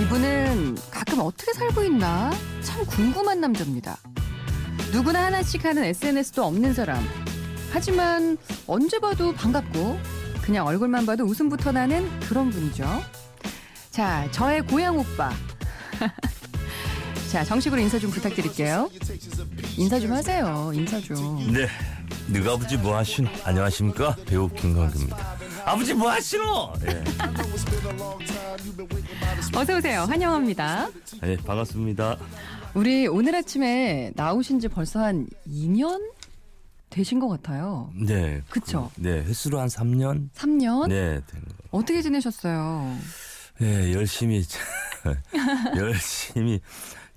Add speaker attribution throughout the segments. Speaker 1: 이분은 가끔 어떻게 살고 있나 참 궁금한 남자입니다. 누구나 하나씩 하는 SNS도 없는 사람. 하지만 언제 봐도 반갑고 그냥 얼굴만 봐도 웃음부터 나는 그런 분이죠. 자, 저의 고향 오빠. 자, 정식으로 인사 좀 부탁드릴게요. 인사 좀 하세요. 인사 좀.
Speaker 2: 네. 누가 아버지 뭐 하시노? 안녕하십니까? 배우 김광규입니다. 아버지 뭐 하시노? 예.
Speaker 1: 어서 오세요. 환영합니다.
Speaker 2: 예, 반갑습니다.
Speaker 1: 우리 오늘 아침에 나오신 지 벌써 한 2년 되신 것 같아요.
Speaker 2: 네.
Speaker 1: 그쵸?
Speaker 2: 그, 네, 횟수로 한 3년?
Speaker 1: 3년?
Speaker 2: 네, 된 거.
Speaker 1: 어떻게 지내셨어요?
Speaker 2: 예, 열심히 열심히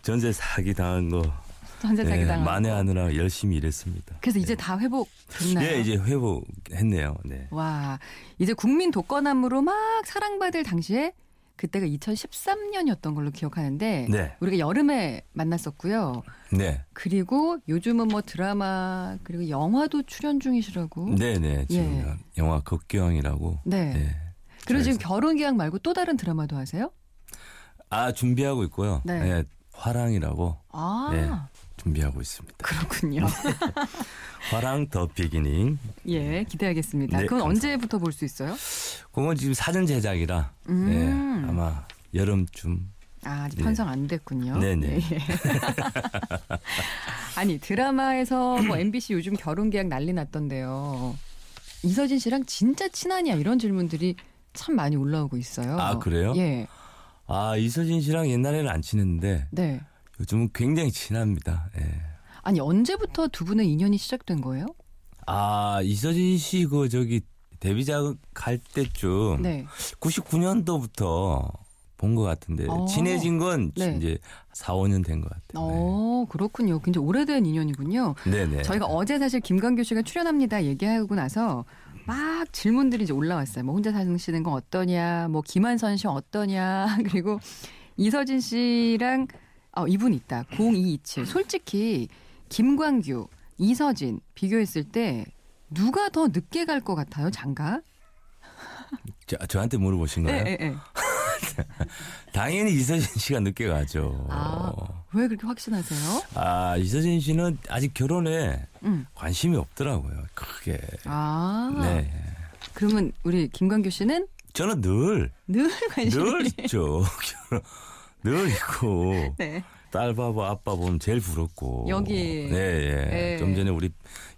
Speaker 2: 전세 사기 당한 거
Speaker 1: 전세
Speaker 2: 예,
Speaker 1: 자기당.
Speaker 2: 만회하느라 열심히 일했습니다.
Speaker 1: 그래서 이제 다 회복 됐나요?
Speaker 2: 예, 이제 회복했네요. 네.
Speaker 1: 와, 이제 국민 독거남으로 막 사랑받을 당시에 그때가 2013년이었던 걸로 기억하는데
Speaker 2: 네.
Speaker 1: 우리가 여름에 만났었고요.
Speaker 2: 네.
Speaker 1: 그리고 요즘은 뭐 드라마 그리고 영화도 출연 중이시라고.
Speaker 2: 네, 네. 지금 영화 극경이라고.
Speaker 1: 음? 예. 네.
Speaker 2: 예.
Speaker 1: 그리고 지금
Speaker 2: 잘했어요.
Speaker 1: 결혼 계약 말고 또 다른 드라마도 하세요?
Speaker 2: 아, 준비하고 있고요.
Speaker 1: 네.
Speaker 2: 예, 화랑이라고
Speaker 1: 아,
Speaker 2: 네. 준비하고 있습니다.
Speaker 1: 그렇군요.
Speaker 2: 화랑 더 비기닝.
Speaker 1: 예, 기대하겠습니다.
Speaker 2: 네,
Speaker 1: 그건
Speaker 2: 감사합니다.
Speaker 1: 언제부터 볼 수 있어요?
Speaker 2: 그건 지금 사전 제작이라
Speaker 1: 음.
Speaker 2: 네, 아마 여름쯤.
Speaker 1: 아, 아직
Speaker 2: 네.
Speaker 1: 편성 안 됐군요.
Speaker 2: 네네.
Speaker 1: 예. 아니, 드라마에서 뭐 MBC 요즘 결혼 계약 난리 났던데요. 이서진 씨랑 진짜 친하냐 이런 질문들이 참 많이 올라오고 있어요.
Speaker 2: 아, 그래요?
Speaker 1: 예.
Speaker 2: 아 이서진 씨랑 옛날에는 안 친했는데
Speaker 1: 네.
Speaker 2: 요즘은 굉장히 친합니다. 예.
Speaker 1: 아니, 언제부터 두 분의 인연이 시작된 거예요?
Speaker 2: 아 이서진 씨 그 저기 데뷔작 할 때쯤
Speaker 1: 네.
Speaker 2: 99년도부터 본 것 같은데
Speaker 1: 어.
Speaker 2: 친해진 건
Speaker 1: 네.
Speaker 2: 이제 4, 5년 된 것 같아요.
Speaker 1: 어, 그렇군요. 굉장히 오래된 인연이군요.
Speaker 2: 네. 네네.
Speaker 1: 저희가 어제 사실 김광규 씨가 출연합니다 얘기하고 나서 막 질문들이 이제 올라왔어요. 뭐 혼자 사시는 건 어떠냐, 뭐 김한선 씨 어떠냐, 그리고 이서진 씨랑 어, 이분 있다. 0227. 솔직히 김광규, 이서진 비교했을 때 누가 더 늦게 갈 것 같아요, 장가?
Speaker 2: 저, 저한테 물어보신 거예요?
Speaker 1: 예, 예, 예.
Speaker 2: 당연히 이서진 씨가 늦게 가죠.
Speaker 1: 아, 왜 그렇게 확신하세요?
Speaker 2: 아 이서진 씨는 아직 결혼에
Speaker 1: 음.
Speaker 2: 관심이 없더라고요. 크게.
Speaker 1: 아,
Speaker 2: 네.
Speaker 1: 그러면 우리 김광규 씨는
Speaker 2: 저는 늘,
Speaker 1: 늘 관심.
Speaker 2: 늘 있죠. 늘 있고.
Speaker 1: 네.
Speaker 2: 딸 바보, 아빠 보면 제일 부럽고.
Speaker 1: 여기.
Speaker 2: 네, 예.
Speaker 1: 네.
Speaker 2: 좀 전에 우리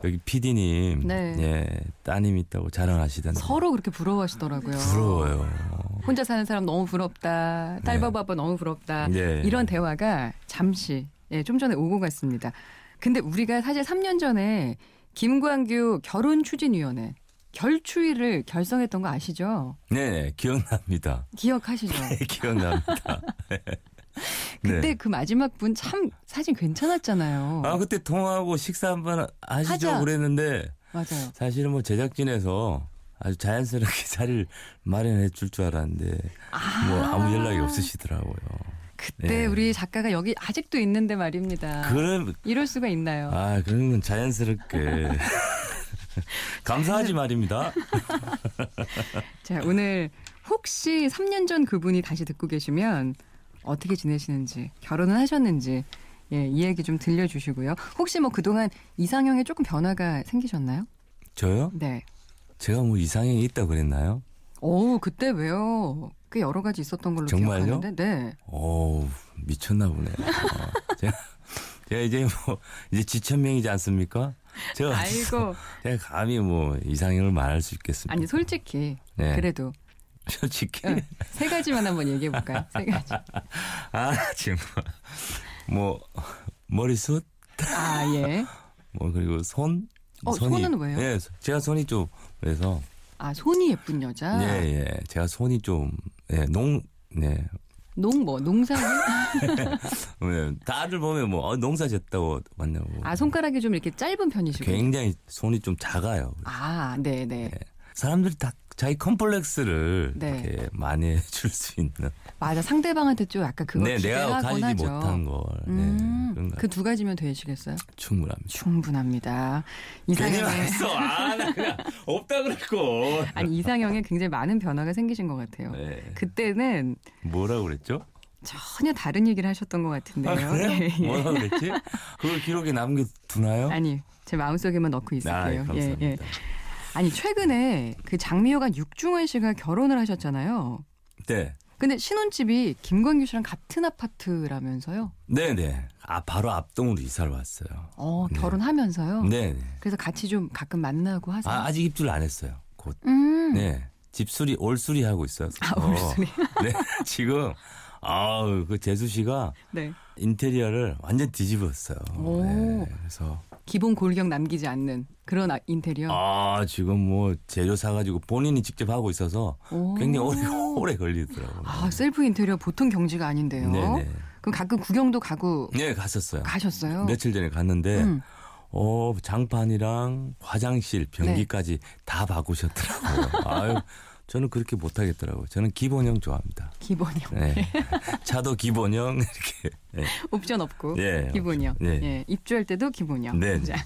Speaker 2: 여기 PD님.
Speaker 1: 네.
Speaker 2: 예. 따님 있다고 자랑하시던데.
Speaker 1: 서로 그렇게 부러워하시더라고요.
Speaker 2: 부러워요.
Speaker 1: 혼자 사는 사람 너무 부럽다. 딸
Speaker 2: 네.
Speaker 1: 바보 아빠 너무 부럽다.
Speaker 2: 네.
Speaker 1: 이런 대화가 잠시 예, 좀 전에 오고 갔습니다. 근데 우리가 사실 3년 전에 김광규 결혼 추진위원회 결추위를 결성했던 거 아시죠?
Speaker 2: 네, 네. 기억납니다.
Speaker 1: 기억하시죠?
Speaker 2: 네, 기억납니다. 네.
Speaker 1: 그때 그 마지막 분 참 사진 괜찮았잖아요.
Speaker 2: 아, 그때 통화하고 식사 한번 하시죠
Speaker 1: 하자.
Speaker 2: 그랬는데
Speaker 1: 맞아요.
Speaker 2: 사실은 뭐 제작진에서 아주 자연스럽게 자리를 마련해 줄 줄 알았는데
Speaker 1: 아,
Speaker 2: 뭐 아무 연락이 없으시더라고요.
Speaker 1: 그때
Speaker 2: 네.
Speaker 1: 우리 작가가 여기 아직도 있는데 말입니다.
Speaker 2: 그런
Speaker 1: 이럴 수가 있나요?
Speaker 2: 아 그런 건 자연스럽게 감사하지 말입니다.
Speaker 1: 자, 오늘 혹시 3년 전 그분이 다시 듣고 계시면 어떻게 지내시는지, 결혼은 하셨는지, 예, 이야기 좀 들려주시고요. 혹시 뭐 그동안 이상형에 조금 변화가 생기셨나요?
Speaker 2: 저요?
Speaker 1: 네.
Speaker 2: 제가 뭐 이상형이 있다 그랬나요?
Speaker 1: 오, 그때 왜요? 꽤 여러 가지 있었던 걸로
Speaker 2: 정말요?
Speaker 1: 기억하는데, 네.
Speaker 2: 오 미쳤나 보네. 어, 제가, 제가 이제 뭐 이제 지천명이지 않습니까?
Speaker 1: 네.
Speaker 2: 제가
Speaker 1: 아이고,
Speaker 2: 제가 감히 뭐 이상형을 말할 수 있겠습니까?
Speaker 1: 아니 솔직히
Speaker 2: 네.
Speaker 1: 그래도
Speaker 2: 솔직히
Speaker 1: 예, 세 가지만 한번 얘기해 볼까요? 세 가지.
Speaker 2: 아 정말 뭐 머리숱
Speaker 1: 아 예.
Speaker 2: 뭐 그리고 손
Speaker 1: 어, 손은 왜요?
Speaker 2: 예, 제가 손이 좀 그래서
Speaker 1: 아 손이 예쁜 여자.
Speaker 2: 예, 예. 제가 손이 좀, 예, 농, 네.
Speaker 1: 농 뭐 농사는
Speaker 2: 왜, 다들 보면 뭐, 어, 농사 졌다고 왔냐고.
Speaker 1: 아 손가락이 좀 이렇게 짧은 편이시고.
Speaker 2: 굉장히 손이 좀 작아요.
Speaker 1: 아 네 네.
Speaker 2: 사람들이 다 자기 컴플렉스를
Speaker 1: 네.
Speaker 2: 이렇게 많이 해줄 수 있는.
Speaker 1: 맞아 상대방한테 좀 약간 그거
Speaker 2: 네, 내가
Speaker 1: 기대하곤
Speaker 2: 가지지
Speaker 1: 하죠.
Speaker 2: 못한 걸. 네, 그런
Speaker 1: 음,
Speaker 2: 거
Speaker 1: 그두 가지면 되시겠어요?
Speaker 2: 충분합니다.
Speaker 1: 충분합니다.
Speaker 2: 괜히
Speaker 1: 이상형에
Speaker 2: 말했어. 아, 나 그냥 없다 그랬고.
Speaker 1: 아니 이상형에 굉장히 많은 변화가 생기신 것 같아요.
Speaker 2: 네.
Speaker 1: 그때는
Speaker 2: 뭐라고 그랬죠?
Speaker 1: 전혀 다른 얘기를 하셨던 것 같은데요.
Speaker 2: 아, 그래요?
Speaker 1: 예, 예.
Speaker 2: 뭐라 그랬지? 그걸 기록에 남겨두나요?
Speaker 1: 아니 제 마음속에만 넣고
Speaker 2: 아, 예,
Speaker 1: 있을게요.
Speaker 2: 감사합니다.
Speaker 1: 아니 최근에 그 장미호가 육중원 씨가 결혼을 하셨잖아요.
Speaker 2: 네.
Speaker 1: 근데 신혼집이 김광규 씨랑 같은 아파트라면서요?
Speaker 2: 네네. 아, 바로 앞동으로 이사를 왔어요.
Speaker 1: 어
Speaker 2: 네.
Speaker 1: 결혼하면서요?
Speaker 2: 네네.
Speaker 1: 그래서 같이 좀 가끔 만나고 하세요.
Speaker 2: 아, 아직 입주를 안 했어요. 곧.
Speaker 1: 음.
Speaker 2: 네. 집수리, 올수리 하고 있어요.
Speaker 1: 아, 울소리.
Speaker 2: 네. 지금, 아우, 그 재수 씨가
Speaker 1: 네.
Speaker 2: 인테리어를 완전 뒤집었어요.
Speaker 1: 오.
Speaker 2: 네. 그래서,
Speaker 1: 기본 골격 남기지 않는 그런 아- 인테리어.
Speaker 2: 아, 지금 뭐 재료 사가지고 본인이 직접 하고 있어서
Speaker 1: 오.
Speaker 2: 굉장히 오래, 오래 걸리더라고요.
Speaker 1: 아, 셀프 인테리어 보통 경지가 아닌데요.
Speaker 2: 네네.
Speaker 1: 그럼 가끔 구경도 가고
Speaker 2: 네, 갔었어요.
Speaker 1: 가셨어요?
Speaker 2: 음, 며칠 네. 전에 갔는데,
Speaker 1: 음.
Speaker 2: 어, 장판이랑 화장실, 변기까지
Speaker 1: 네.
Speaker 2: 다 바꾸셨더라고요. 아유, 저는 그렇게 못하겠더라고요. 저는 기본형 좋아합니다.
Speaker 1: 기본형.
Speaker 2: 네. 차도 기본형, 이렇게. 네.
Speaker 1: 옵션 없고.
Speaker 2: 예.
Speaker 1: 기본형.
Speaker 2: 예.
Speaker 1: 예. 입주할 때도 기본형.
Speaker 2: 네.
Speaker 1: 자.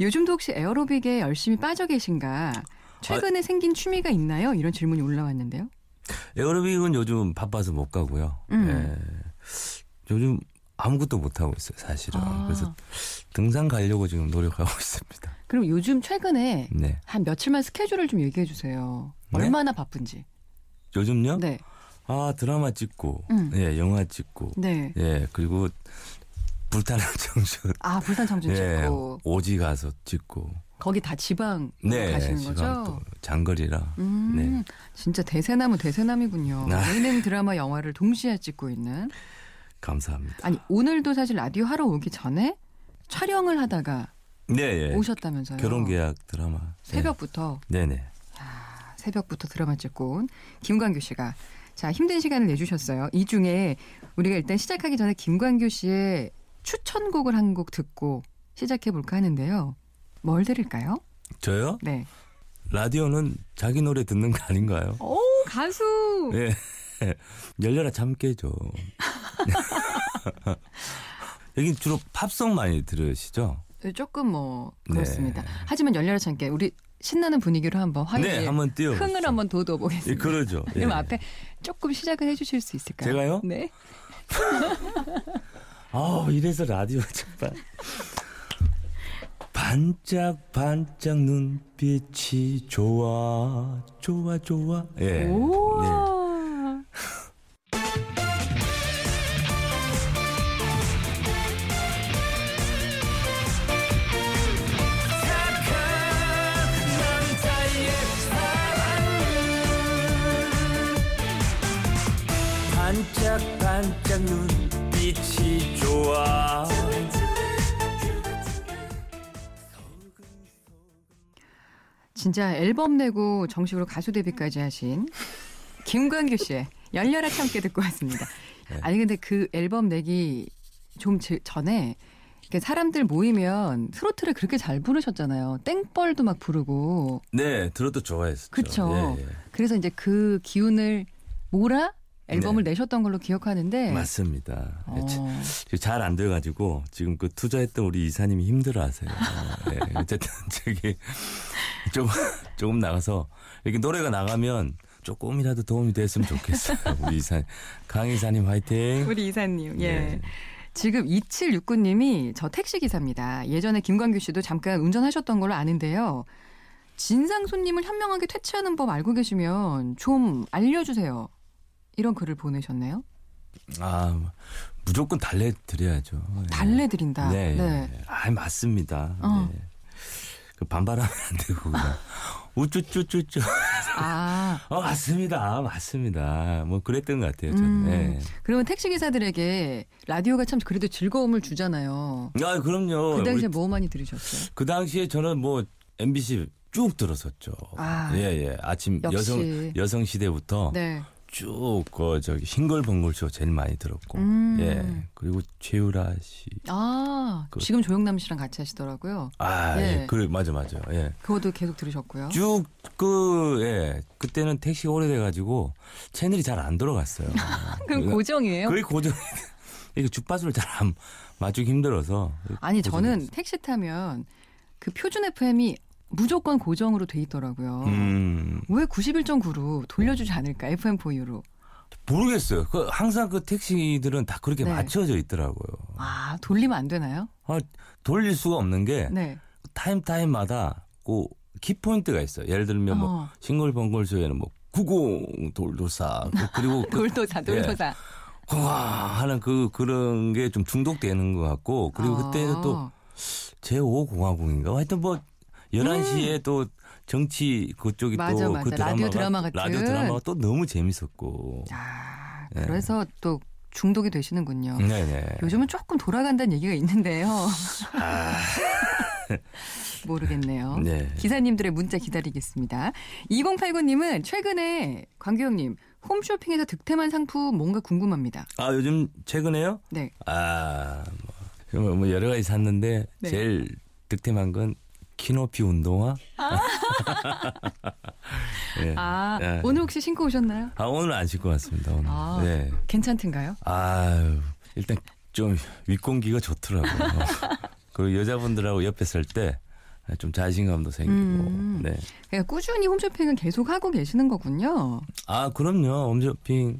Speaker 1: 요즘도 혹시 에어로빅에 열심히 빠져 계신가?
Speaker 2: 아.
Speaker 1: 최근에 생긴 취미가 있나요? 이런 질문이 올라왔는데요.
Speaker 2: 에어로빅은 예, 요즘 바빠서 못 가고요.
Speaker 1: 음.
Speaker 2: 예. 요즘 아무것도 못 하고 있어요, 사실은.
Speaker 1: 아.
Speaker 2: 그래서 등산 가려고 지금 노력하고 있습니다.
Speaker 1: 그럼 요즘 최근에
Speaker 2: 네.
Speaker 1: 한 며칠만 스케줄을 좀 얘기해 주세요.
Speaker 2: 네?
Speaker 1: 얼마나 바쁜지.
Speaker 2: 요즘요?
Speaker 1: 네.
Speaker 2: 아, 드라마 찍고,
Speaker 1: 음.
Speaker 2: 예, 영화 찍고,
Speaker 1: 네.
Speaker 2: 예, 그리고 불타는 정신.
Speaker 1: 아, 부산 청춘
Speaker 2: 예,
Speaker 1: 찍고
Speaker 2: 오지 가서 찍고.
Speaker 1: 거기 다 지방
Speaker 2: 네,
Speaker 1: 가시는
Speaker 2: 지금
Speaker 1: 거죠?
Speaker 2: 또 장거리라.
Speaker 1: 음,
Speaker 2: 네.
Speaker 1: 진짜 대세나무 대세남이군요.
Speaker 2: 아.
Speaker 1: 예능 드라마 영화를 동시에 찍고 있는.
Speaker 2: 감사합니다.
Speaker 1: 아니 오늘도 사실 라디오 하러 오기 전에 촬영을 하다가
Speaker 2: 네, 예.
Speaker 1: 오셨다면서요.
Speaker 2: 결혼 계약 드라마.
Speaker 1: 새벽부터
Speaker 2: 네, 네.
Speaker 1: 아, 새벽부터 드라마 찍고 온 김광규 씨가 자 힘든 시간을 내주셨어요. 이 중에 우리가 일단 시작하기 전에 김광규 씨의 추천곡을 한 곡 듣고 시작해 볼까 하는데요. 뭘 들을까요?
Speaker 2: 저요?
Speaker 1: 네.
Speaker 2: 라디오는 자기 노래 듣는 거 아닌가요?
Speaker 1: 오 가수.
Speaker 2: 예. 열려라 잠 깨죠. 여기 주로 팝송 많이 들으시죠?
Speaker 1: 조금 뭐
Speaker 2: 네.
Speaker 1: 그렇습니다. 하지만 열렬한 참깨 우리 신나는 분위기로 한번 화요일
Speaker 2: 네, 한번 띄워.
Speaker 1: 아, 흥을 한번 돋워
Speaker 2: 예,
Speaker 1: 보겠습니다.
Speaker 2: 그러죠. 예.
Speaker 1: 그럼 앞에 조금 시작을 해주실 수 있을까요?
Speaker 2: 제가요?
Speaker 1: 네.
Speaker 2: 아, 이래서 라디오 정말 반짝반짝 눈빛이 좋아 좋아 좋아. 예.
Speaker 1: 오.
Speaker 2: 네. 반짝반짝 눈빛이 좋아.
Speaker 1: 진짜 앨범 내고 정식으로 가수 데뷔까지 하신 김광규 씨의 열렬한 참깨 듣고 왔습니다.
Speaker 2: 네.
Speaker 1: 아니 근데 그 앨범 내기 좀 제- 전에 이렇게 사람들 모이면 트로트를 그렇게 잘 부르셨잖아요. 땡벌도 막 부르고
Speaker 2: 네, 들어도 좋아했었죠.
Speaker 1: 그쵸.
Speaker 2: 예, 예.
Speaker 1: 그래서 이제 그 기운을 몰아 앨범을 내셨던 걸로 기억하는데
Speaker 2: 네. 맞습니다.
Speaker 1: 네.
Speaker 2: 예, 그렇죠.
Speaker 1: 어,
Speaker 2: 잘 안 돼가지고 지금 그 투자했던 우리 이사님이 힘들어하세요. 네, 어쨌든 저기 조금 조금 나가서 이렇게 노래가 나가면 조금이라도 도움이 됐으면 좋겠어요. 우리 이사 강 이사님 화이팅.
Speaker 1: 우리 이사님 예.
Speaker 2: 네.
Speaker 1: 지금 2769님이 저 택시 기사입니다. 예전에 김광규 씨도 잠깐 운전하셨던 걸로 아는데요. 진상 손님을 현명하게 퇴치하는 법 알고 계시면 좀 알려주세요. 이런 글을 보내셨네요.
Speaker 2: 아 무조건 달래 드려야죠. 예.
Speaker 1: 달래드린다.
Speaker 2: 네. 아 맞습니다.
Speaker 1: 어.
Speaker 2: 네. 그 반발하면 안 되고 그냥 우쭈쭈쭈쭈.
Speaker 1: 아
Speaker 2: 어 맞습니다. 맞습니다. 뭐 그랬던 것 같아요. 저는.
Speaker 1: 음.
Speaker 2: 예.
Speaker 1: 그러면 택시 기사들에게 라디오가 참 그래도 즐거움을 주잖아요.
Speaker 2: 아 그럼요.
Speaker 1: 그
Speaker 2: 우리
Speaker 1: 당시에 뭐 많이 들으셨어요?
Speaker 2: 그 당시에 저는 뭐 MBC 쭉 들었었죠.
Speaker 1: 아.
Speaker 2: 예, 예. 아침
Speaker 1: 역시.
Speaker 2: 여성 여성 시대부터
Speaker 1: 네.
Speaker 2: 쭉 그 저기 흰걸벙글쇼 제일 많이 들었고.
Speaker 1: 음.
Speaker 2: 예. 그리고 최유라 씨.
Speaker 1: 아,
Speaker 2: 그-
Speaker 1: 지금 조영남 씨랑 같이 하시더라고요.
Speaker 2: 아,
Speaker 1: 예.
Speaker 2: 예. 그 맞아 맞아. 예.
Speaker 1: 그것도 계속 들으셨고요.
Speaker 2: 쭉 그 예. 그때는 택시 오래돼 가지고 채널이 잘 안 돌아갔어요.
Speaker 1: 그럼
Speaker 2: 네. 그래서
Speaker 1: 고정이에요?
Speaker 2: 거의 고정 이게 그러니까 주파수를 잘 안 맞추기 힘들어서
Speaker 1: 아니,
Speaker 2: 고정이었어요.
Speaker 1: 저는 택시 타면 그 표준 FM이 무조건 고정으로 돼 있더라고요.
Speaker 2: 음.
Speaker 1: 왜 91.9로 돌려주지 않을까? FM4U로.
Speaker 2: 모르겠어요. 그 항상 그 택시들은 다 그렇게
Speaker 1: 네.
Speaker 2: 맞춰져 있더라고요.
Speaker 1: 아 돌리면 안 되나요?
Speaker 2: 아, 돌릴 수가 없는 게
Speaker 1: 네.
Speaker 2: 타임 타임마다 그 키포인트가 있어요. 예를 들면 뭐
Speaker 1: 어.
Speaker 2: 싱글벙글 쇼에는 뭐 구공 돌도사 그- 그리고 그
Speaker 1: 돌도사 돌도사.
Speaker 2: 와 하는 그 그런 게 좀 중독되는 것 같고 그리고 그때는 또
Speaker 1: 어.
Speaker 2: 제5공화국인가 하여튼 뭐 11시에 또 정치 그쪽이
Speaker 1: 음. 맞아,
Speaker 2: 또
Speaker 1: 맞아.
Speaker 2: 그 드라마가
Speaker 1: 라디오 드라마 같은.
Speaker 2: 라디오 드라마가 또 너무 재밌었고.
Speaker 1: 아,
Speaker 2: 네.
Speaker 1: 그래서 또 중독이 되시는군요.
Speaker 2: 네, 네.
Speaker 1: 어. 요즘은 조금 돌아간다는 얘기가 있는데요.
Speaker 2: 아.
Speaker 1: 모르겠네요.
Speaker 2: 네.
Speaker 1: 기사님들의 문자 기다리겠습니다. 2089님은 최근에 광규형님 홈쇼핑에서 득템한 상품 뭔가 궁금합니다.
Speaker 2: 아, 요즘 최근에요?
Speaker 1: 네.
Speaker 2: 아, 뭐, 뭐 여러 가지 샀는데
Speaker 1: 네.
Speaker 2: 제일 득템한 건 키높이 운동화. 예.
Speaker 1: 아
Speaker 2: 네.
Speaker 1: 오늘 혹시 신고 오셨나요?
Speaker 2: 아, 오늘 안 신고 왔습니다. 오늘.
Speaker 1: 아.
Speaker 2: 네.
Speaker 1: 괜찮던가요?
Speaker 2: 아유, 일단 좀 윗공기가 좋더라고요. 그리고 여자분들하고 옆에 설 때 좀 자신감도 생기고.
Speaker 1: 음.
Speaker 2: 네.
Speaker 1: 그러니까 꾸준히 홈쇼핑은 계속 하고 계시는 거군요.
Speaker 2: 아, 그럼요. 홈쇼핑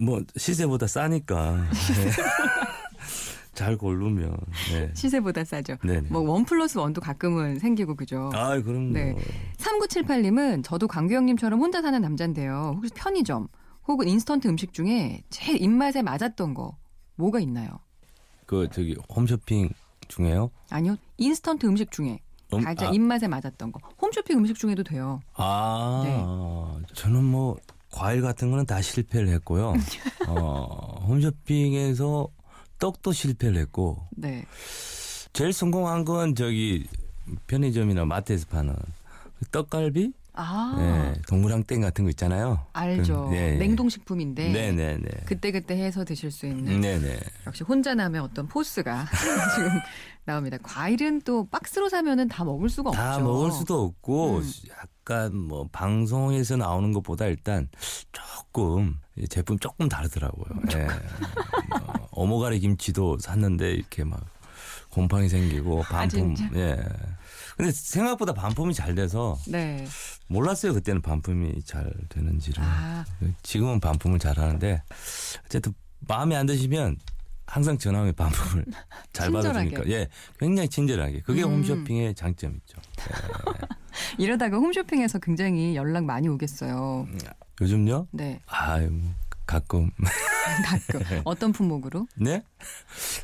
Speaker 2: 뭐 시세보다 싸니까. 네. 잘 고르면. 네.
Speaker 1: 시세보다 싸죠.
Speaker 2: 네. 네.
Speaker 1: 뭐 원 플러스 원도 가끔은 생기고 그죠.
Speaker 2: 아, 그럼요.
Speaker 1: 네. 3978님은 저도 광규형님처럼 혼자 사는 남잔데요. 혹시 편의점 혹은 인스턴트 음식 중에 제 입맛에 맞았던 거 뭐가 있나요?
Speaker 2: 그 저기 홈쇼핑 중에요?
Speaker 1: 아니요. 인스턴트 음식 중에
Speaker 2: 음,
Speaker 1: 가장
Speaker 2: 아,
Speaker 1: 입맛에 맞았던 거. 홈쇼핑 음식 중에도 돼요.
Speaker 2: 아,
Speaker 1: 네.
Speaker 2: 저는 뭐 과일 같은 거는 다 실패를 했고요. 어, 홈쇼핑에서 떡도 실패를 했고
Speaker 1: 네.
Speaker 2: 제일 성공한 건 저기 편의점이나 마트에서 파는 그 떡갈비,
Speaker 1: 아.
Speaker 2: 예, 동그랑땡 같은 거 있잖아요.
Speaker 1: 알죠.
Speaker 2: 그, 예, 예.
Speaker 1: 냉동식품인데
Speaker 2: 네네네. 음.
Speaker 1: 그때그때 해서 드실 수 있는
Speaker 2: 네네.
Speaker 1: 역시 혼자남의 어떤 포스가 지금 나옵니다. 과일은 또 박스로 사면은 다 먹을 수가 없죠.
Speaker 2: 다 먹을 수도 없고
Speaker 1: 음.
Speaker 2: 약간 뭐 방송에서 나오는 것보다 일단 조금 이 제품 조금 다르더라고요.
Speaker 1: 음,
Speaker 2: 예. 뭐 어머가리 김치도 샀는데 이렇게 막 곰팡이 생기고 반품.
Speaker 1: 아, 진짜?
Speaker 2: 예. 근데 생각보다 반품이 잘 돼서
Speaker 1: 네.
Speaker 2: 몰랐어요 그때는 반품이 잘 되는지를.
Speaker 1: 아,
Speaker 2: 지금은 반품을 잘 하는데 어쨌든 마음에 안 드시면 항상 전화하면 반품을 잘
Speaker 1: 친절하게.
Speaker 2: 받아주니까 예 굉장히 친절하게 그게
Speaker 1: 음.
Speaker 2: 홈쇼핑의 장점이죠.
Speaker 1: 이러다가 홈쇼핑에서 굉장히 연락 많이 오겠어요.
Speaker 2: 음. 요즘요?
Speaker 1: 네.
Speaker 2: 아 가끔
Speaker 1: 가끔 어떤 품목으로?
Speaker 2: 네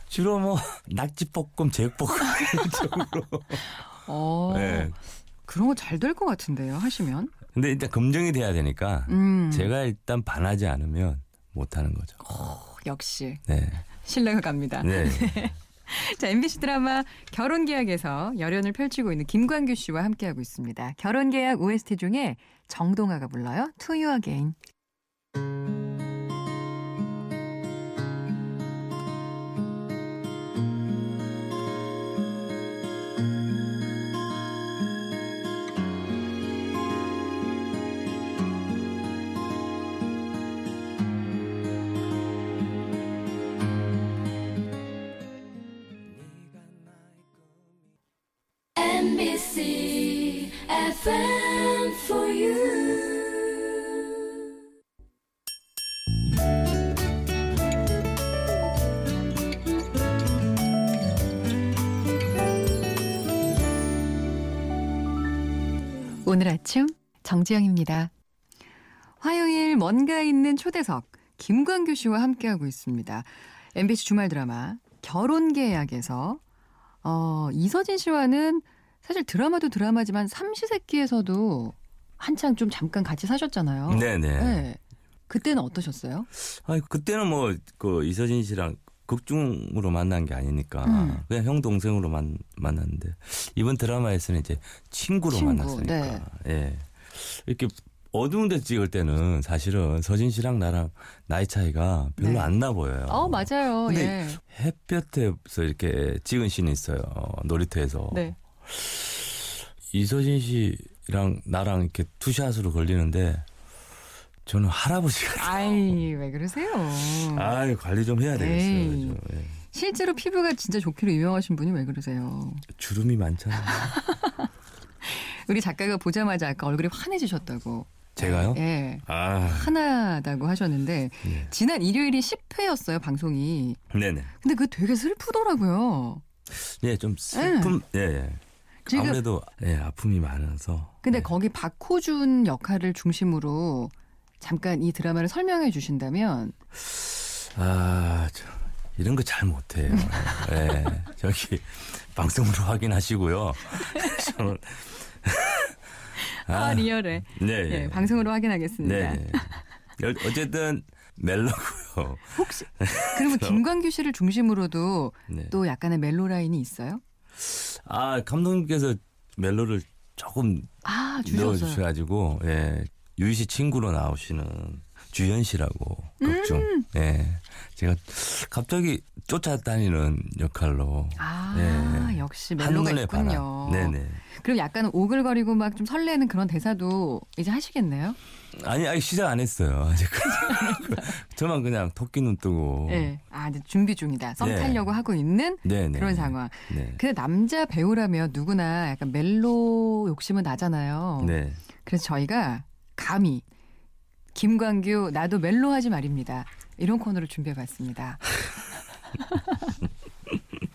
Speaker 2: 주로 뭐 낙지 볶음, 제육 볶음
Speaker 1: 어.
Speaker 2: 네.
Speaker 1: 그런 거 잘 될 것 같은데요. 하시면.
Speaker 2: 근데 일단 검증이 돼야 되니까
Speaker 1: 음.
Speaker 2: 제가 일단 반하지 않으면 못하는 거죠.
Speaker 1: 역시
Speaker 2: 네,
Speaker 1: 신뢰가 갑니다.
Speaker 2: 네,
Speaker 1: 자, MBC 드라마 결혼계약에서 열연을 펼치고 있는 김광규 씨와 함께하고 있습니다. 결혼계약 OST 중에 정동아가 불러요. To You Again.
Speaker 3: NBC FM for you.
Speaker 1: 오늘 아침 정지영입니다. 화요일 뭔가 있는 초대석 김광규 씨와 함께하고 있습니다. MBC 주말 드라마 결혼계약에서 어, 이서진 씨와는 사실 드라마도 드라마지만 삼시세끼에서도 한창 좀 잠깐 같이 사셨잖아요.
Speaker 2: 네, 네.
Speaker 1: 네. 그때는 어떠셨어요?
Speaker 2: 아 그때는 뭐 그 이서진 씨랑 극중으로 만난 게 아니니까
Speaker 1: 음.
Speaker 2: 그냥 형 동생으로 만, 만났는데 이번 드라마에서는 이제 친구로
Speaker 1: 친구, 네.
Speaker 2: 만났으니까 예 이렇게 어두운 데 찍을 때는 사실은 서진 씨랑 나랑 나이 차이가 별로
Speaker 1: 네.
Speaker 2: 안 나 보여요.
Speaker 1: 어, 맞아요.
Speaker 2: 그러니까. 근데
Speaker 1: 예.
Speaker 2: 햇볕에서 이렇게 찍은 씬이 있어요. 어, 놀이터에서
Speaker 1: 네.
Speaker 2: 이서진 씨랑 나랑 이렇게 투샷으로 걸리는데 저는 할아버지 같아요.
Speaker 1: 아이, 왜 그러세요?
Speaker 2: 아유 관리 좀 해야 되겠어요.
Speaker 1: 에이.
Speaker 2: 좀, 예.
Speaker 1: 실제로 피부가 진짜 좋기로 유명하신 분이 왜 그러세요?
Speaker 2: 주름이 많잖아요.
Speaker 1: 우리 작가가 보자마자 아까 얼굴이 환해지셨다고.
Speaker 2: 제가요?
Speaker 1: 예.
Speaker 2: 아,
Speaker 1: 하나다고 하셨는데
Speaker 2: 어? 예.
Speaker 1: 지난 일요일이 10회였어요 방송이.
Speaker 2: 네네.
Speaker 1: 근데 그 되게 슬프더라고요.
Speaker 2: 예, 좀 슬픔, 예, 예.
Speaker 1: 네. 지금-
Speaker 2: 아무래도 예, 아픔이 많아서.
Speaker 1: 근데
Speaker 2: 예.
Speaker 1: 거기 박호준 역할을 중심으로 잠깐 이 드라마를 설명해 주신다면
Speaker 2: 아, 저, 이런 거 잘 못해요. 예, 저기 방송으로 확인하시고요. 저는
Speaker 1: 아, 리얼해.
Speaker 2: 네,
Speaker 1: 예,
Speaker 2: 예.
Speaker 1: 방송으로
Speaker 2: 네.
Speaker 1: 확인하겠습니다.
Speaker 2: 열- 어쨌든 멜로고요.
Speaker 1: 혹시 그러면 김광규 씨를 중심으로도
Speaker 2: 네.
Speaker 1: 또 약간의 멜로 라인이 있어요?
Speaker 2: 아 감독님께서 멜로를 조금
Speaker 1: 아
Speaker 2: 네,
Speaker 1: 주셨어요.
Speaker 2: 넣어주셔가지고 예, 유희 씨 친구로 나오시는 주현 씨라고 극중.
Speaker 1: 음.
Speaker 2: 예, 제가 갑자기 쫓아다니는 역할로
Speaker 1: 아 역시 멜로가
Speaker 2: 네. 한눈에
Speaker 1: 있군요.
Speaker 2: 반한. 네네.
Speaker 1: 그럼 약간 오글거리고 막 좀 설레는 그런 대사도 이제 하시겠네요?
Speaker 2: 아니, 아니 시작 안 했어요. 아직까지. 저만 그냥 토끼 눈 뜨고.
Speaker 1: 네. 아 이제 준비 중이다. 썸
Speaker 2: 어. 네.
Speaker 1: 타려고 하고 있는
Speaker 2: 네네.
Speaker 1: 그런 상황.
Speaker 2: 네.
Speaker 1: 근데 남자 배우라면 누구나 약간 멜로 욕심은 나잖아요.
Speaker 2: 네.
Speaker 1: 그래서 저희가 감히 김광규 나도 멜로 하지 말입니다. 이런 코너를 준비해봤습니다.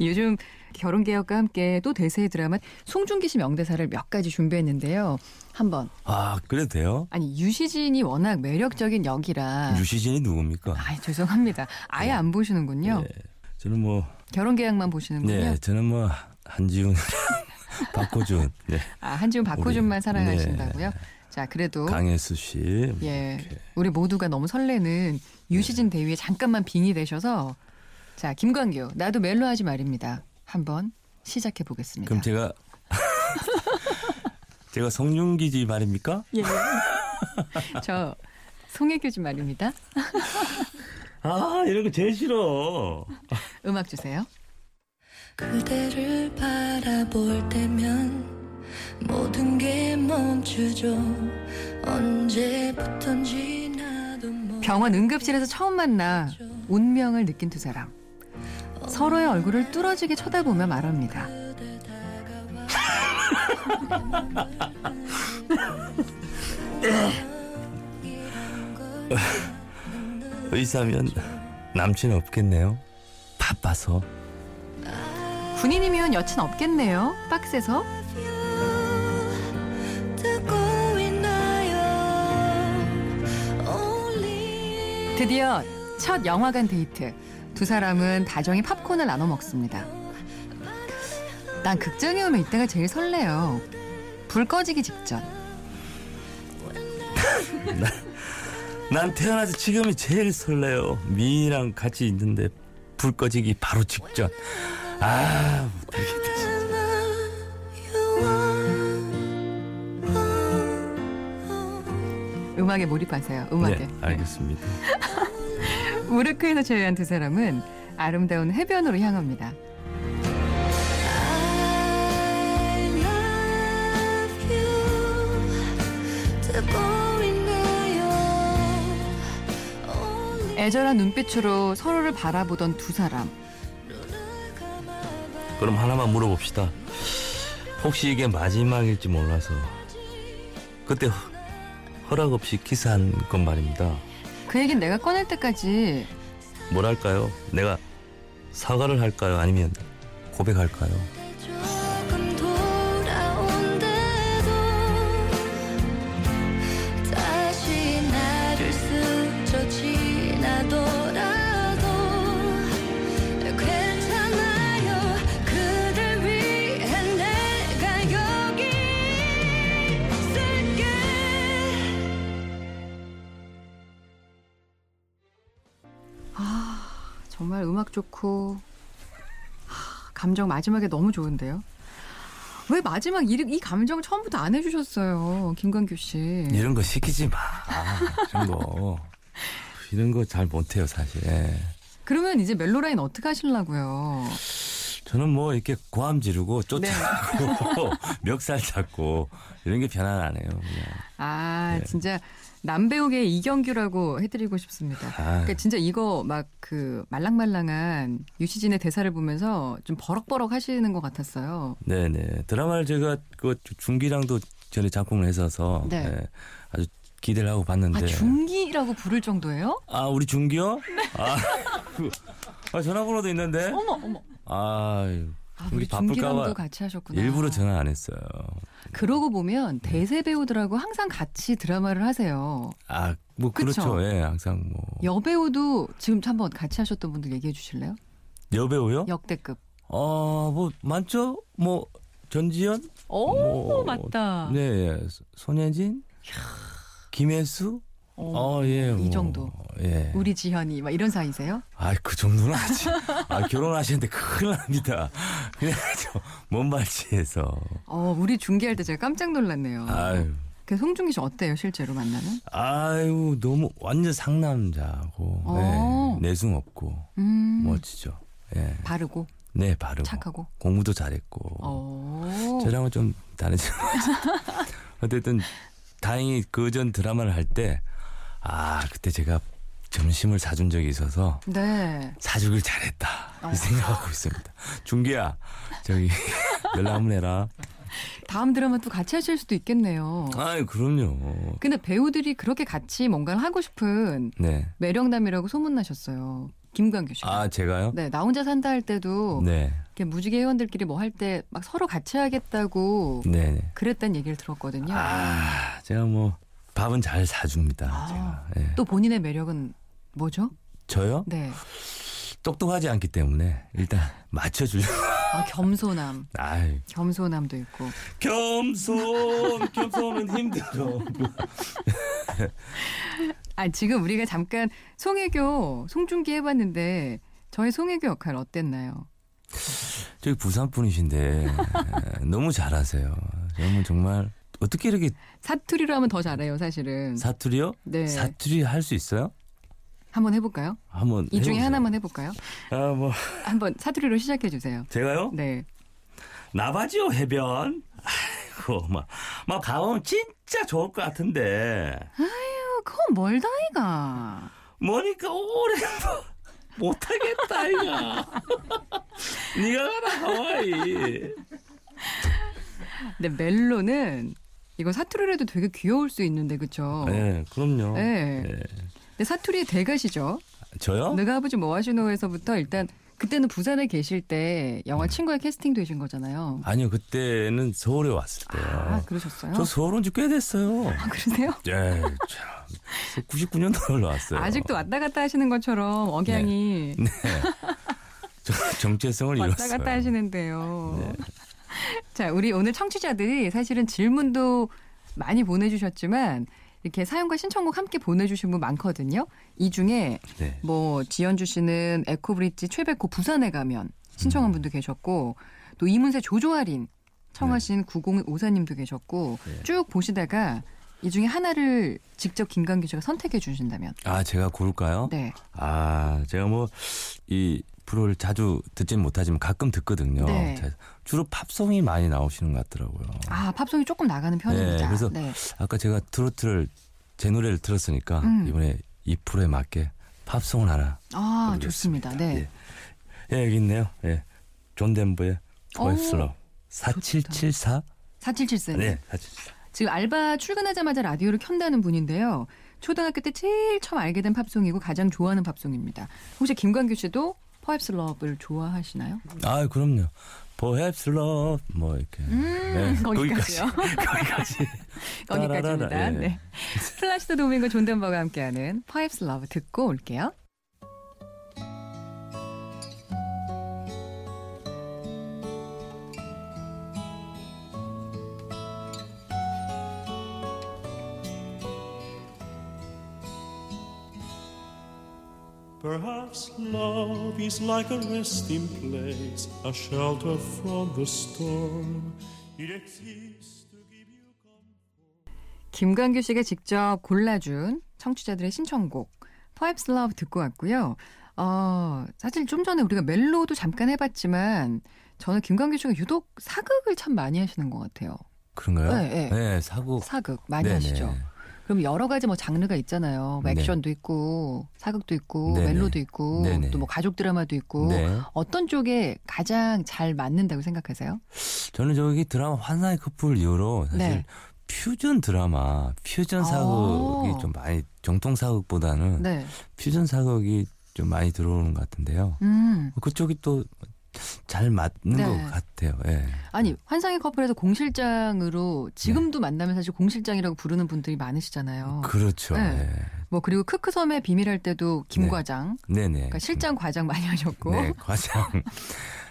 Speaker 1: 요즘 결혼 개혁과 함께 또 대세의 드라마 송중기 씨 명대사를 몇 가지 준비했는데요. 한번
Speaker 2: 아, 그래도 돼요?
Speaker 1: 아니 유시진이 워낙 매력적인 역이라
Speaker 2: 유시진이 네. 누굽니까?
Speaker 1: 아 죄송합니다. 아예 안 보시는군요.
Speaker 2: 예. 저는 뭐,
Speaker 1: 결혼 계약만 보시는군요.
Speaker 2: 네, 저는 뭐, 한지훈, 박호준, 네,
Speaker 1: 아, 한지훈 박호준만
Speaker 2: 우리, 네.
Speaker 1: 사랑하신다고요? 자, 그래도
Speaker 2: 강혜수 씨.
Speaker 1: 어? 예.
Speaker 2: 이렇게. 네.
Speaker 1: 우리 모두가 너무 설레는 유시진 대위에 잠깐만 빙이 되셔서 자, 김광규. 나도 멜로 하지 말입니다. 한번 시작해 보겠습니다.
Speaker 2: 그럼 제가, 제가 송중기 지 말입니까?
Speaker 1: 예. 저 송혜교 지 말입니다.
Speaker 2: 아, 이런 거 제일 싫어.
Speaker 1: 음악 주세요.
Speaker 4: 그대를 바라볼 때면 모든 게 멈추죠 언제부턴지 나도 모르죠
Speaker 1: 병원 응급실에서 처음 만나 운명을 느낀 두 사람. 서로의 얼굴을 뚫어지게 쳐다보며 말합니다.
Speaker 4: 그대 다가와
Speaker 2: 의사면 남친 없겠네요. 바빠서.
Speaker 1: 군인이면 여친 없겠네요. 빡세서.
Speaker 4: 듣고 있나요 Only
Speaker 1: 드디어 첫 영화관 데이트. 두 사람은 다정히 팝콘을 나눠 먹습니다. 난 극장에 오면 이때가 제일 설레요. 불 꺼지기 직전.
Speaker 2: 난 태어나서 지금이 제일 설레요. 미인이랑 같이 있는데 불 꺼지기 바로 직전. 아,
Speaker 1: 네.
Speaker 2: 못하겠다.
Speaker 1: 음악에 몰입하세요. 음악에.
Speaker 2: 네, 알겠습니다.
Speaker 1: 우르크에서 제외한 두 사람은 아름다운 해변으로 향합니다. 애절한 눈빛으로 서로를 바라보던 두 사람.
Speaker 2: 그럼 하나만 물어봅시다. 혹시 이게 마지막일지 몰라서 그때 허- 허락 없이 키스한 건 말입니다.
Speaker 1: 그 얘기는 내가 꺼낼 때까지
Speaker 2: 뭐랄까요? 내가 사과를 할까요? 아니면 고백할까요?
Speaker 4: 조금 돌아온대도 다시 나를 스쳐 지나더라도 괜찮아요 그댈 위해 내가 여기 있을게
Speaker 1: 정말 음악 좋고 하, 감정 마지막에 너무 좋은데요. 왜 마지막 이, 이 감정 처음부터 안 해주셨어요, 김광규 씨.
Speaker 2: 이런 거 시키지 마. 이런 거. 이런 거 잘 못해요, 사실. 예.
Speaker 1: 그러면 이제 멜로라인 어떻게 하시려고요?
Speaker 2: 저는 뭐 이렇게 고함 지르고 쫓아가고 멱살 잡고 이런 게 편안하네요. 그냥.
Speaker 1: 아
Speaker 2: 예.
Speaker 1: 진짜 남배우계 이경규라고 해드리고 싶습니다.
Speaker 2: 아.
Speaker 1: 그러니까 진짜 이거 막 그 말랑말랑한 유시진의 대사를 보면서 좀 버럭버럭 하시는 것 같았어요.
Speaker 2: 네네 드라마를 제가 그 중기랑도 뮤지컬이 작품을 해서서
Speaker 1: 네.
Speaker 2: 예, 아주 기대를 하고 봤는데
Speaker 1: 아 중기라고 부를 정도예요?
Speaker 2: 아, 우리 중기요? 아, 그- 아, 전화번호도 있는데
Speaker 1: 어머 어머.
Speaker 2: 아
Speaker 1: 아,
Speaker 2: 우리
Speaker 1: 우리
Speaker 2: 바쁠까봐
Speaker 1: 중기랑도 같이 하셨구나.
Speaker 2: 일부러 전화 안 했어요.
Speaker 1: 그러고 보면 대세 배우들하고 항상 같이 드라마를 하세요.
Speaker 2: 아 뭐 그렇죠.
Speaker 1: 그쵸?
Speaker 2: 예, 항상 뭐
Speaker 1: 여배우도 지금 한번 같이 하셨던 분들 얘기해 주실래요?
Speaker 2: 여배우요?
Speaker 1: 역대급.
Speaker 2: 어, 뭐 많죠? 뭐 전지현?
Speaker 1: 오,
Speaker 2: 어,
Speaker 1: 맞다.
Speaker 2: 네, 예. 소- 손예진? 김혜수?
Speaker 1: 어,
Speaker 2: 어, 예. 뭐,
Speaker 1: 정도.
Speaker 2: 예.
Speaker 1: 우리 지현이 막 이런 사이세요?
Speaker 2: 아, 그 정도는 아직. 아, 결혼하시는데 큰일 납니다. 그냥 저 먼발치에서.
Speaker 1: 어, 우리 중계할 때 제가 깜짝 놀랐네요.
Speaker 2: 아유.
Speaker 1: 그 송중기 씨 어때요, 실제로 만나면?
Speaker 2: 아유, 너무 완전 상남자고.
Speaker 1: 어.
Speaker 2: 예. 내숭 없고
Speaker 1: 음,
Speaker 2: 멋지죠. 예.
Speaker 1: 바르고
Speaker 2: 네, 바르고
Speaker 1: 착하고.
Speaker 2: 공부도 잘했고.
Speaker 1: 어.
Speaker 2: 저랑은 좀 다르죠. 어쨌든 다행히 그 전 드라마를 할 때 아, 그때 제가 점심을 사준 적이 있어서
Speaker 1: 네.
Speaker 2: 사주길 잘했다.
Speaker 1: 어.
Speaker 2: 이 생각하고 있습니다. 준기야, 저기 연락 한번 해라.
Speaker 1: 다음 드라마 또 같이 하실 수도 있겠네요.
Speaker 2: 어. 아이, 그럼요.
Speaker 1: 근데 배우들이 그렇게 같이 뭔가를 하고 싶은
Speaker 2: 네.
Speaker 1: 매력남이라고 소문나셨어요. 김광규 씨가.
Speaker 2: 아, 제가요?
Speaker 1: 네, 나 혼자 산다 할 때도
Speaker 2: 네.
Speaker 1: 이렇게 무지개 회원들끼리 뭐 할 때 막 서로 같이 하겠다고
Speaker 2: 네. 네.
Speaker 1: 그랬다는 얘기를 들었거든요.
Speaker 2: 아, 제가 뭐 밥은 잘 사줍니다.
Speaker 1: 아.
Speaker 2: 제가. 예.
Speaker 1: 또 본인의 매력은 뭐죠?
Speaker 2: 저요?
Speaker 1: 네.
Speaker 2: 똑똑하지 않기 때문에 일단 맞춰주려고.
Speaker 1: 아, 겸손함.
Speaker 2: 아이.
Speaker 1: 겸손함도 있고.
Speaker 2: 겸손, 겸손은 힘들어.
Speaker 1: 아, 지금 우리가 잠깐 송혜교, 송중기 해봤는데 저의 송혜교 역할 어땠나요?
Speaker 2: 저기 부산 분이신데 예, 너무 잘하세요. 저는 정말 어떻게 이렇게
Speaker 1: 사투리로 하면 더 잘해요, 사실은.
Speaker 2: 사투리요?
Speaker 1: 네.
Speaker 2: 사투리 할 수 있어요?
Speaker 1: 한번 해볼까요?
Speaker 2: 한번
Speaker 1: 이 중에
Speaker 2: 해보세요.
Speaker 1: 하나만 해볼까요?
Speaker 2: 아, 뭐
Speaker 1: 한번 사투리로 시작해 주세요.
Speaker 2: 제가요?
Speaker 1: 네.
Speaker 2: 나바지요 해변. 아이고 막, 막 가보면 진짜 좋을 것 같은데
Speaker 1: 어, 그건 뭘 다이가.
Speaker 2: 뭐니까 오래 뭐- 못하겠다 이가. 네가 가라 하와이.
Speaker 1: 근데 멜로는 이거 사투리로 해도 되게 귀여울 수 있는데 그쵸?
Speaker 2: 네, 그럼요.
Speaker 1: 네. 근데 사투리의 대가시죠.
Speaker 2: 저요?
Speaker 1: 내가 아버지 뭐하시노에서부터 일단 그때는 부산에 계실 때
Speaker 2: 음.
Speaker 1: 영화 친구의 캐스팅 되신 거잖아요.
Speaker 2: 아니요 그때는 서울에 왔을 때요.
Speaker 1: 아 그러셨어요?
Speaker 2: 저 서울 온 지 꽤 됐어요.
Speaker 1: 아, 그러세요?
Speaker 2: 예, 참. 99년도로 왔어요.
Speaker 1: 아직도 왔다 갔다 하시는 것처럼 억양이
Speaker 2: 네. 저 정체성을
Speaker 1: 왔다
Speaker 2: 잃었어요. 네.
Speaker 1: 갔다 하시는데요. 자, 우리 오늘 청취자들이 사실은 질문도 많이 보내주셨지만 이렇게 사연과 신청곡 함께 보내주신 분 많거든요. 이 중에
Speaker 2: 네.
Speaker 1: 뭐 지연주 씨는 에코브릿지 최백호 부산에 가면
Speaker 2: 음.
Speaker 1: 신청한 분도 계셨고 또 이문세 조조할인 청하신 9054님도 계셨고
Speaker 2: 네.
Speaker 1: 쭉 보시다가 이 중에 하나를 직접 김강규 씨가 선택해 주신다면
Speaker 2: 아, 제가 고를까요?
Speaker 1: 네.
Speaker 2: 아, 제가 뭐 이 프로를 자주 듣진 못하지만 가끔 듣거든요.
Speaker 1: 네.
Speaker 2: 자, 주로 팝송이 많이 나오시는 것 같더라고요.
Speaker 1: 아 팝송이 조금 나가는 편입니다.
Speaker 2: 네, 그래서
Speaker 1: 네.
Speaker 2: 아까 제가 트로트를 제 노래를 들었으니까
Speaker 1: 음.
Speaker 2: 이번에 이 프로에 맞게 팝송을 하나.
Speaker 1: 아
Speaker 2: 부르겠습니다.
Speaker 1: 좋습니다. 네.
Speaker 2: 예. 예, 여기 있네요. 예. 존 덴버의
Speaker 1: 어우,
Speaker 2: 보이슬러 4774.
Speaker 1: 4774님.
Speaker 2: 네, 4774.
Speaker 1: 지금 알바 출근하자마자 라디오를 켠다는 분인데요. 초등학교 때 제일 처음 알게 된 팝송이고 가장 좋아하는 팝송입니다. 혹시 김광규 씨도 퍼앱스 러브를 좋아하시나요?
Speaker 2: 아, 그럼요. Perhaps love 뭐 이렇게. 네,
Speaker 1: 음, 거기까지요.
Speaker 2: 거기까지.
Speaker 1: 거기까지입니다.
Speaker 2: 따라라라, 예.
Speaker 1: 네. 플라시드 도밍고 존덴버가 함께하는 퍼앱스 러브 듣고 올게요.
Speaker 5: Perhaps love is like a resting place, a shelter from the storm. It exists to give you comfort.
Speaker 1: 김광규 씨가 직접 골라준 청취자들의 신청곡 퍼앱스 러브 듣고 왔고요. 어, 사실 좀 전에 우리가 멜로도 잠깐 해봤지만 저는 김광규 씨가 유독 사극을 참 많이 하시는 것 같아요.
Speaker 2: 그런가요?
Speaker 1: 네, 네.
Speaker 2: 사고.
Speaker 1: 사극 많이
Speaker 2: 네네.
Speaker 1: 하시죠. 그럼 여러 가지 뭐 장르가 있잖아요. 뭐
Speaker 2: 네.
Speaker 1: 액션도 있고 사극도 있고
Speaker 2: 네네.
Speaker 1: 멜로도 있고
Speaker 2: 네네.
Speaker 1: 또 뭐 가족 드라마도 있고
Speaker 2: 네.
Speaker 1: 어떤 쪽에 가장 잘 맞는다고 생각하세요?
Speaker 2: 저는 저기 드라마 환상의 커플 이후로 사실
Speaker 1: 네.
Speaker 2: 퓨전 드라마, 퓨전 사극이
Speaker 1: 아.
Speaker 2: 좀 많이 정통 사극보다는
Speaker 1: 네.
Speaker 2: 퓨전 사극이 좀 많이 들어오는 것 같은데요.
Speaker 1: 음.
Speaker 2: 그쪽이 또 잘 맞는
Speaker 1: 네.
Speaker 2: 것 같아요. 예.
Speaker 1: 아니 환상의 커플에서 공실장으로 지금도 만나면 사실 공실장이라고 부르는 분들이 많으시잖아요.
Speaker 2: 네. 그렇죠.
Speaker 1: 네.
Speaker 2: 네.
Speaker 1: 뭐 그리고 크크섬의 비밀 할 때도 김
Speaker 2: 네.
Speaker 1: 과장,
Speaker 2: 네. 네
Speaker 1: 그러니까 실장 과장 많이 하셨고
Speaker 2: 네, 과장.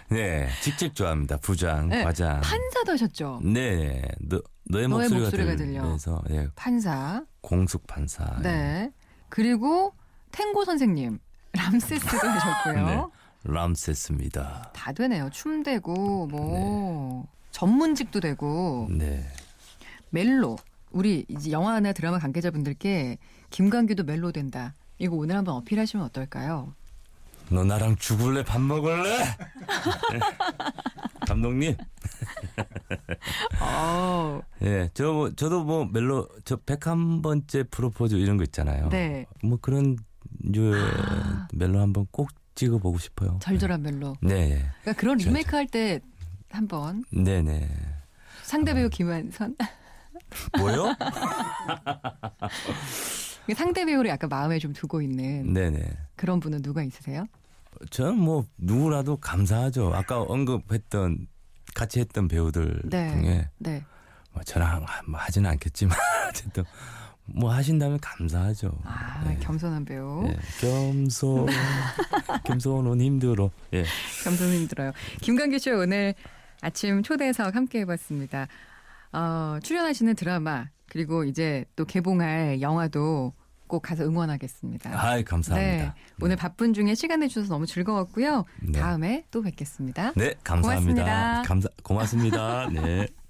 Speaker 2: 네, 직접 좋아합니다. 부장,
Speaker 1: 네,
Speaker 2: 과장.
Speaker 1: 판사도 하셨죠.
Speaker 2: 네, 너, 너의,
Speaker 1: 너의
Speaker 2: 목소리가,
Speaker 1: 목소리가 들려.
Speaker 2: 들려. 그래서 예,
Speaker 1: 판사.
Speaker 2: 공숙 판사.
Speaker 1: 네.
Speaker 2: 예.
Speaker 1: 그리고 탱고 선생님 람세스도 하셨고요.
Speaker 2: 네. 람세스입니다.
Speaker 1: 다 되네요. 춤되고 뭐 전문직도 되고
Speaker 2: 네.
Speaker 1: 멜로 우리 이제 영화나 드라마 관계자분들께 김광규도 멜로 된다. 이거 오늘 한번 어필하시면 어떨까요?
Speaker 2: 너 나랑 죽을래? 밥 먹을래? 네. 감독님.
Speaker 1: 어,
Speaker 2: 예, 저, 뭐- 저도 뭐 멜로, 저 101번째 프로포즈 이런 거 있잖아요.
Speaker 1: 네.
Speaker 2: 뭐 그런 류의
Speaker 1: 아.
Speaker 2: 멜로 한번 꼭 찍어보고 싶어요.
Speaker 1: 절절한 멜로.
Speaker 2: 네, 예.
Speaker 1: 그러니까 그런 리메이크 할 때 한번
Speaker 2: 네, 네.
Speaker 1: 상대
Speaker 2: 아.
Speaker 1: 배우 김한선
Speaker 2: 뭐요?
Speaker 1: 상대 배우를 약간 마음에 좀 두고 있는
Speaker 2: 네, 네.
Speaker 1: 그런 분은 누가 있으세요?
Speaker 2: 저는 뭐 누구라도 감사하죠. 아까 언급했던 같이 했던 배우들
Speaker 1: 네.
Speaker 2: 그 중에
Speaker 1: 네.
Speaker 2: 뭐 저랑 하- 뭐 하지는 않겠지만 어쨌든 뭐 하신다면 감사하죠.
Speaker 1: 아,
Speaker 2: 예.
Speaker 1: 겸손한 배우.
Speaker 2: 예. 겸손 겸손은 힘들어. 예.
Speaker 1: 감성이 들어요. 김광규 씨 오늘 아침 초대석 함께 해봤습니다. 어, 출연하시는 드라마 그리고 이제 또 개봉할 영화도 꼭 가서 응원하겠습니다.
Speaker 2: 아이 감사합니다.
Speaker 1: 네, 오늘 바쁜 중에 시간 내주셔서 너무 즐거웠고요.
Speaker 2: 네.
Speaker 1: 다음에 또 뵙겠습니다.
Speaker 2: 네, 감사합니다.
Speaker 1: 고맙습니다.
Speaker 2: 감사 고맙습니다. 네.